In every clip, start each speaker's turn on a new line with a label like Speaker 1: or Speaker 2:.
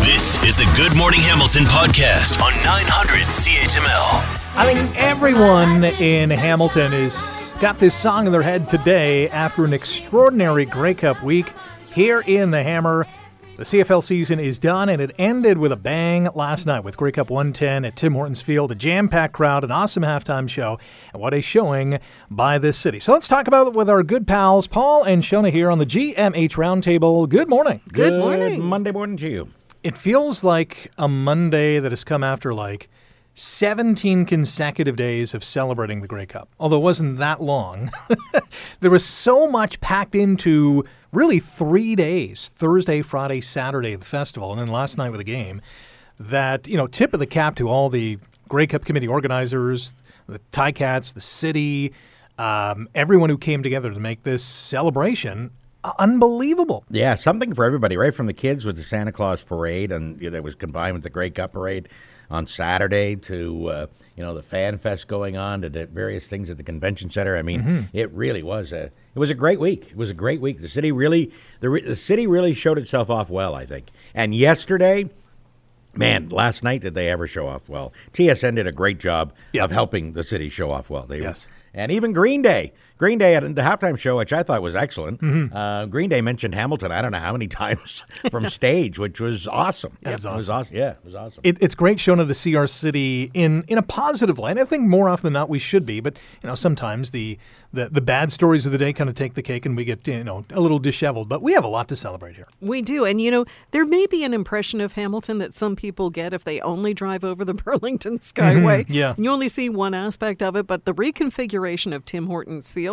Speaker 1: This is the Good Morning Hamilton podcast on 900 CHML.
Speaker 2: I think everyone in Hamilton has got this song in their head today after an extraordinary Grey Cup week here in the Hammer. The CFL season is done, and it ended with a bang last night with Grey Cup 110 at Tim Hortons Field, a jam-packed crowd, an awesome halftime show, and what a showing by this city. So let's talk about it with our good pals Paul and Shona here on the GMH Roundtable. Good morning.
Speaker 3: Good morning.
Speaker 4: Monday morning to you.
Speaker 2: It feels like a Monday that has come after like 17 consecutive days of celebrating the Grey Cup. Although it wasn't that long, there was so much packed into really three days Thursday, Friday, Saturday of the festival, and then last night with the game that, you know, tip of the cap to all the Grey Cup committee organizers, the Tie Cats, the city, um, everyone who came together to make this celebration uh, unbelievable.
Speaker 4: Yeah, something for everybody, right from the kids with the Santa Claus parade, and you know, that was combined with the Grey Cup parade on Saturday to uh, you know the Fan Fest going on to the various things at the convention center. I mean, it really was a it was a great week. It was a great week. The city really the, re- the city really showed itself off well, I think. And yesterday. Man, last night did they ever show off well? TSN did a great job
Speaker 2: Yeah.
Speaker 4: of helping the city show off well. They
Speaker 2: Yes.
Speaker 4: and even Green Day. Green Day at the halftime show, which I thought was excellent.
Speaker 2: Mm-hmm.
Speaker 4: Uh, Green Day mentioned Hamilton. I don't know how many times from stage, which was awesome.
Speaker 2: That's
Speaker 4: It was
Speaker 2: awesome.
Speaker 4: awesome. Yeah, it was awesome.
Speaker 2: it, it's great, Shona, to see our city in in a positive light. I think more often than not we should be, but you know sometimes the the, the bad stories of the day kind of take the cake, and we get you know a little disheveled. But we have a lot to celebrate here.
Speaker 3: We do. And, you know, there may be an impression of Hamilton that some people get if they only drive over the Burlington Skyway.
Speaker 2: Mm-hmm, yeah.
Speaker 3: And you only see one aspect of it, but the reconfiguration of Tim Hortons Field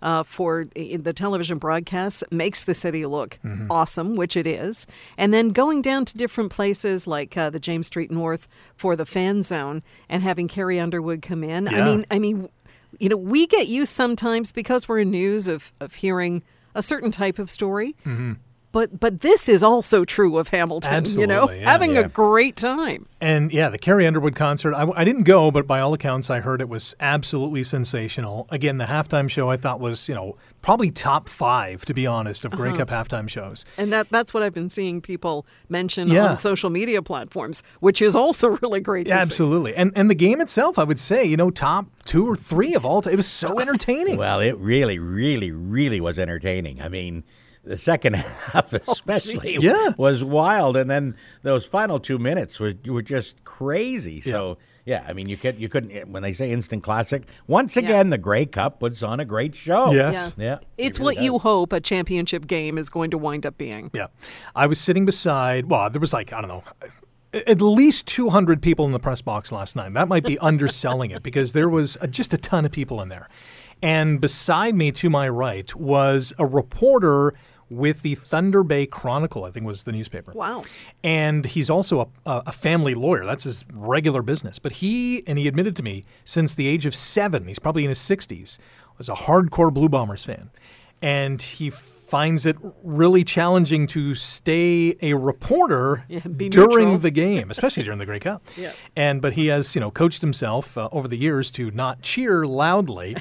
Speaker 3: uh, for i- the television broadcasts makes the city look
Speaker 2: Mm-hmm.
Speaker 3: awesome, which it is. And then going down to different places like uh, the James Street North for the fan zone and having Carrie Underwood come in.
Speaker 2: Yeah.
Speaker 3: I mean, I mean, you know, we get used sometimes because we're in news of, of hearing a certain type of story. But but this is also true of Hamilton. you know,
Speaker 2: Absolutely, yeah.
Speaker 3: having
Speaker 4: Yeah.
Speaker 3: a great time.
Speaker 2: And yeah, the Carrie Underwood concert. I, I didn't go, but by all accounts, I heard it was absolutely sensational. Again, the halftime show I thought was you know probably top five to be honest of Grey Cup halftime shows.
Speaker 3: And that that's what I've been seeing people mention
Speaker 2: Yeah.
Speaker 3: on social media platforms, which is also really great to
Speaker 2: Yeah,
Speaker 3: see.
Speaker 2: absolutely. And and the game itself, I would say you know top two or three of all. time. It was so entertaining.
Speaker 4: well, it really, really, really was entertaining. I mean, the second half especially
Speaker 2: Oh, Yeah.
Speaker 4: was wild, and then those final two minutes were were just crazy. So. Yeah, I mean, you could you couldn't when they say instant classic. Once again, the Grey Cup puts on a great show.
Speaker 2: Yes.
Speaker 4: yeah, it
Speaker 3: It's
Speaker 4: really
Speaker 3: what
Speaker 4: does.
Speaker 3: you hope a championship game is going to wind up being.
Speaker 2: Yeah. I was sitting beside, well, there was like, I don't know, a- at least 200 people in the press box last night. That might be underselling it because there was a, just a ton of people in there. And beside me to my right was a reporter with the Thunder Bay Chronicle, I think was the newspaper.
Speaker 3: Wow.
Speaker 2: And he's also a, a a family lawyer. That's his regular business. But he, and he admitted to me, since the age of seven, he's probably in his 60s, was a hardcore Blue Bombers fan. And he finds it really challenging to stay a reporter
Speaker 3: be
Speaker 2: during
Speaker 3: neutral.
Speaker 2: the game, especially during the Grey Cup.
Speaker 3: Yeah.
Speaker 2: And but he has, you know, coached himself uh, over the years to not cheer loudly.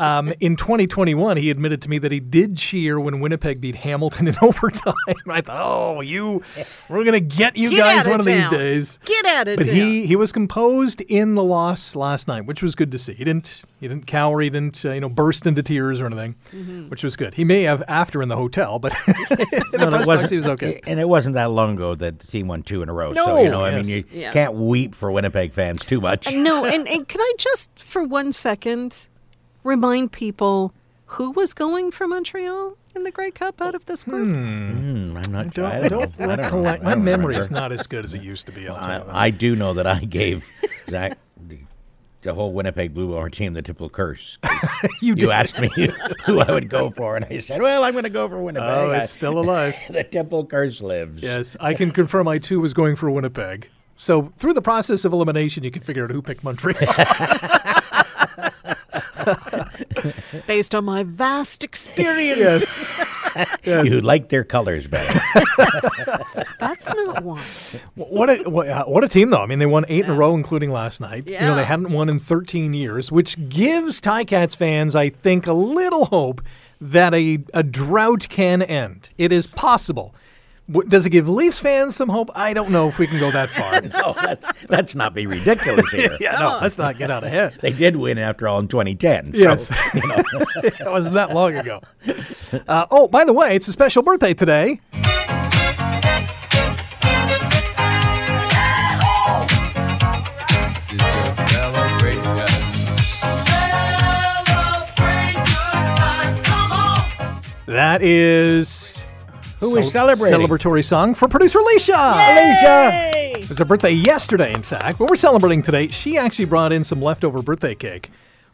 Speaker 2: um, in 2021, he admitted to me that he did cheer when Winnipeg beat Hamilton in overtime. I thought, oh, you, we're gonna get you
Speaker 3: Get
Speaker 2: guys
Speaker 3: outta
Speaker 2: one of these
Speaker 3: town.
Speaker 2: days.
Speaker 3: Get outta
Speaker 2: But
Speaker 3: town.
Speaker 2: he he was composed in the loss last night, which was good to see. He didn't he didn't cower, he didn't uh, you know burst into tears or anything,
Speaker 3: Mm-hmm.
Speaker 2: which was good. He may have after in the hotel, but in the press box he was okay.
Speaker 4: And it wasn't that long ago that the team won two in a row.
Speaker 2: No,
Speaker 4: so, you know, I
Speaker 2: yes.
Speaker 4: mean, you
Speaker 3: Yeah.
Speaker 4: can't weep for Winnipeg fans too much.
Speaker 3: no, and, and can I just for one second remind people who was going for Montreal in the Grey Cup out of this group?
Speaker 4: I'm not.
Speaker 2: Don't, don't
Speaker 4: I don't, know. I don't know.
Speaker 2: recollect.
Speaker 4: I don't
Speaker 2: My memory is
Speaker 4: remember.
Speaker 2: not as good as it used to be. I'll tell you that.
Speaker 4: I, I do know that I gave Zach the, the whole Winnipeg Blue Bomber team the triple curse. 'cause
Speaker 2: you
Speaker 4: you
Speaker 2: did.
Speaker 4: asked me who I would go for, and I said, "Well, I'm going to go for Winnipeg."
Speaker 2: Oh,
Speaker 4: I-
Speaker 2: it's still alive.
Speaker 4: the triple curse lives.
Speaker 2: Yes, I can confirm. I too was going for Winnipeg. So through the process of elimination, you can figure out who picked Montreal.
Speaker 3: Based on my vast experience.
Speaker 2: Hmm. yes.
Speaker 4: You like their colors better.
Speaker 3: That's not why.
Speaker 2: What a what, uh, what a team though! I mean, they won eight in a row, including last night. You know,
Speaker 3: Yeah.
Speaker 2: they hadn't won in 13 years, which gives Ticats fans, I think, a little hope that a, a drought can end. It is possible. W- Does it give Leafs fans some hope? I don't know if we can go that far.
Speaker 4: Oh, let's, let's not be ridiculous here.
Speaker 2: yeah, no, let's not get out ahead.
Speaker 4: They did win, after all, in 2010. so-
Speaker 2: Yes. that wasn't that long ago. Uh, oh, by the way, it's a special birthday today.
Speaker 5: This is your celebration.
Speaker 6: Celebrate good times, come on.
Speaker 2: That is.
Speaker 4: Who is celebrating?
Speaker 2: Celebratory song for producer Alicia.
Speaker 4: Alicia!
Speaker 2: It was her birthday yesterday, in fact. But we're celebrating today. She actually brought in some leftover birthday cake,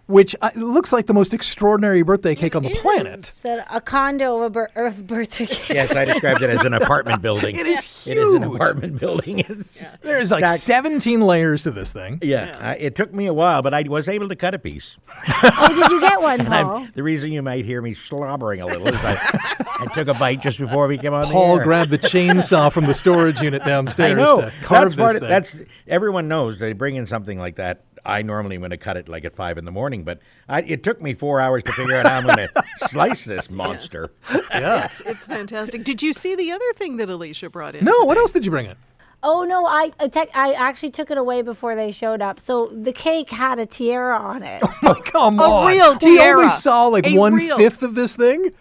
Speaker 2: which uh, looks like the most extraordinary birthday cake on the planet.
Speaker 7: Said a condo of a, bir- of a birthday cake.
Speaker 4: Yes, I described it as an apartment building.
Speaker 2: It is
Speaker 4: It is an
Speaker 2: huge.
Speaker 4: apartment building. It's-
Speaker 2: There's like
Speaker 4: Stacked.
Speaker 2: 17 layers to this thing.
Speaker 4: Yeah, I- it took me a while, but I was able to cut a piece.
Speaker 7: Oh, did you get one, Paul?
Speaker 4: I'm, the reason you might hear me slobbering a little is I, I took a bite just before we came on
Speaker 2: Paul
Speaker 4: the air.
Speaker 2: grabbed the chainsaw from the storage unit downstairs
Speaker 4: I know.
Speaker 2: to carve
Speaker 4: that's part
Speaker 2: this
Speaker 4: of-
Speaker 2: thing.
Speaker 4: that's everyone knows they bring in something like that. I normally want to cut it like at five in the morning, but I, it took me four hours to figure out how I'm going to slice this monster.
Speaker 3: It's, it's fantastic. Did you see the other thing that Alicia brought in?
Speaker 2: no, what else did you bring in?
Speaker 7: Oh no, I I, tec- I actually took it away before they showed up. So the cake had a tiara on it.
Speaker 2: Oh, come
Speaker 3: A
Speaker 2: on.
Speaker 3: real
Speaker 2: We
Speaker 3: tiara.
Speaker 2: only saw like
Speaker 3: A
Speaker 2: one
Speaker 3: real-
Speaker 2: fifth of this thing.
Speaker 3: It-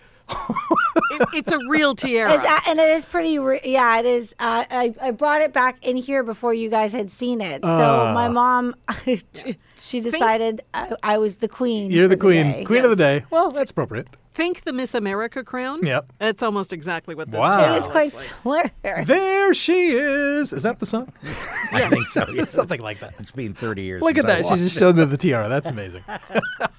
Speaker 3: it's a real tiara.
Speaker 7: It's, uh, and it is pretty. Re- yeah, it is. Uh, I I brought it back in here before you guys had seen it. So
Speaker 2: Ah.
Speaker 7: my mom, she decided I, I was the queen.
Speaker 2: You're the
Speaker 7: for
Speaker 2: queen.
Speaker 7: day.
Speaker 2: queen of the day. Well, that's appropriate.
Speaker 3: Think the Miss America crown.
Speaker 2: Yep.
Speaker 3: That's almost exactly what this
Speaker 2: Wow.
Speaker 3: tiara
Speaker 7: It is
Speaker 3: looks
Speaker 7: quite
Speaker 3: like.
Speaker 7: similar.
Speaker 2: There she is. Is that the song?
Speaker 4: I think so. yeah.
Speaker 2: Something like that.
Speaker 4: It's been 30 years.
Speaker 2: Look at
Speaker 4: since I
Speaker 2: that. She
Speaker 4: watched
Speaker 2: just
Speaker 4: it.
Speaker 2: showed them the tiara. That's amazing.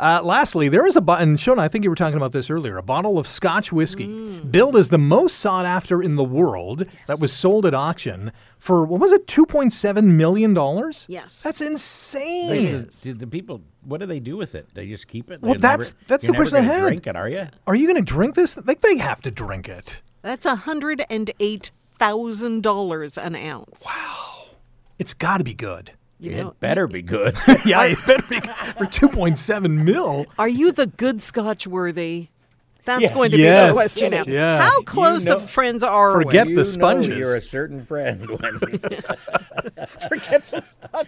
Speaker 2: uh, lastly, there is a button. Shona, I think you were talking about this earlier. A bottle of Scotch whiskey,
Speaker 3: Mm.
Speaker 2: billed as the most sought after in the world, that was sold at auction for what was it, two point seven million dollars?
Speaker 3: Yes.
Speaker 2: that's insane.
Speaker 4: Did the- did the people? What do they do with it? They just keep it.
Speaker 2: Well,
Speaker 4: They're
Speaker 2: that's-
Speaker 4: never,
Speaker 2: that's the
Speaker 4: you're never
Speaker 2: question I
Speaker 4: gonna
Speaker 2: had.
Speaker 4: Drink it, are you?
Speaker 2: Are you going to drink this? Like they have to drink it.
Speaker 3: That's hundred and eight thousand dollars an ounce. Wow.
Speaker 2: It's got to be good.
Speaker 3: You know,
Speaker 4: It better be good.
Speaker 2: Yeah, it better be for two point seven mil.
Speaker 3: Are you the good Scotch worthy? That's
Speaker 4: Yeah.
Speaker 3: going to be
Speaker 2: Yes.
Speaker 3: the question now.
Speaker 2: Yeah.
Speaker 3: How
Speaker 2: You
Speaker 3: close
Speaker 4: know-
Speaker 3: of friends are
Speaker 2: Forget
Speaker 3: we?
Speaker 2: the
Speaker 4: You know You're a
Speaker 2: sponges.
Speaker 4: certain friend. when-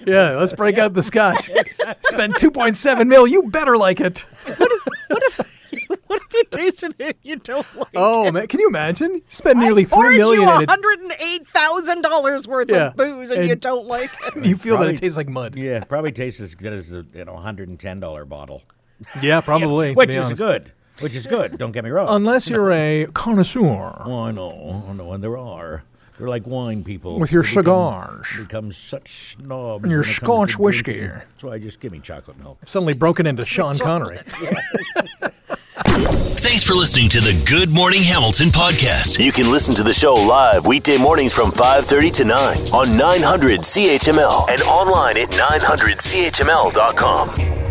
Speaker 2: Yeah, let's break out the scotch. Spend two point seven mil. You better like it.
Speaker 3: What if you tasted it? You don't like
Speaker 2: Oh man, can you imagine? Spend nearly
Speaker 3: I poured
Speaker 2: three million
Speaker 3: you
Speaker 2: and it,
Speaker 3: hundred and eight thousand dollars worth
Speaker 2: Yeah.
Speaker 3: of booze, and, you
Speaker 2: And-
Speaker 3: don't like it.
Speaker 2: you feel that
Speaker 4: Probably-
Speaker 2: it tastes like mud.
Speaker 4: yeah, it probably tastes as good as a you know $110 bottle,
Speaker 2: Yeah, probably. to
Speaker 4: which
Speaker 2: be
Speaker 4: is
Speaker 2: honest.
Speaker 4: good. Which is good. Don't get me wrong.
Speaker 2: Unless you're a connoisseur
Speaker 4: Oh, I know. I know. And there are. They're like wine people.
Speaker 2: with your
Speaker 4: They become-
Speaker 2: cigars.
Speaker 4: Become such snobs.
Speaker 2: And your
Speaker 4: when it comes to
Speaker 2: Scotch whiskey.
Speaker 4: drinking. That's why I just give me chocolate milk.
Speaker 2: Suddenly broken into Sean Connery.
Speaker 1: Thanks for listening to the Good Morning Hamilton podcast. You can listen to the show live weekday mornings from 5:30 to 9 on 900 CHML and online at 900chml.com.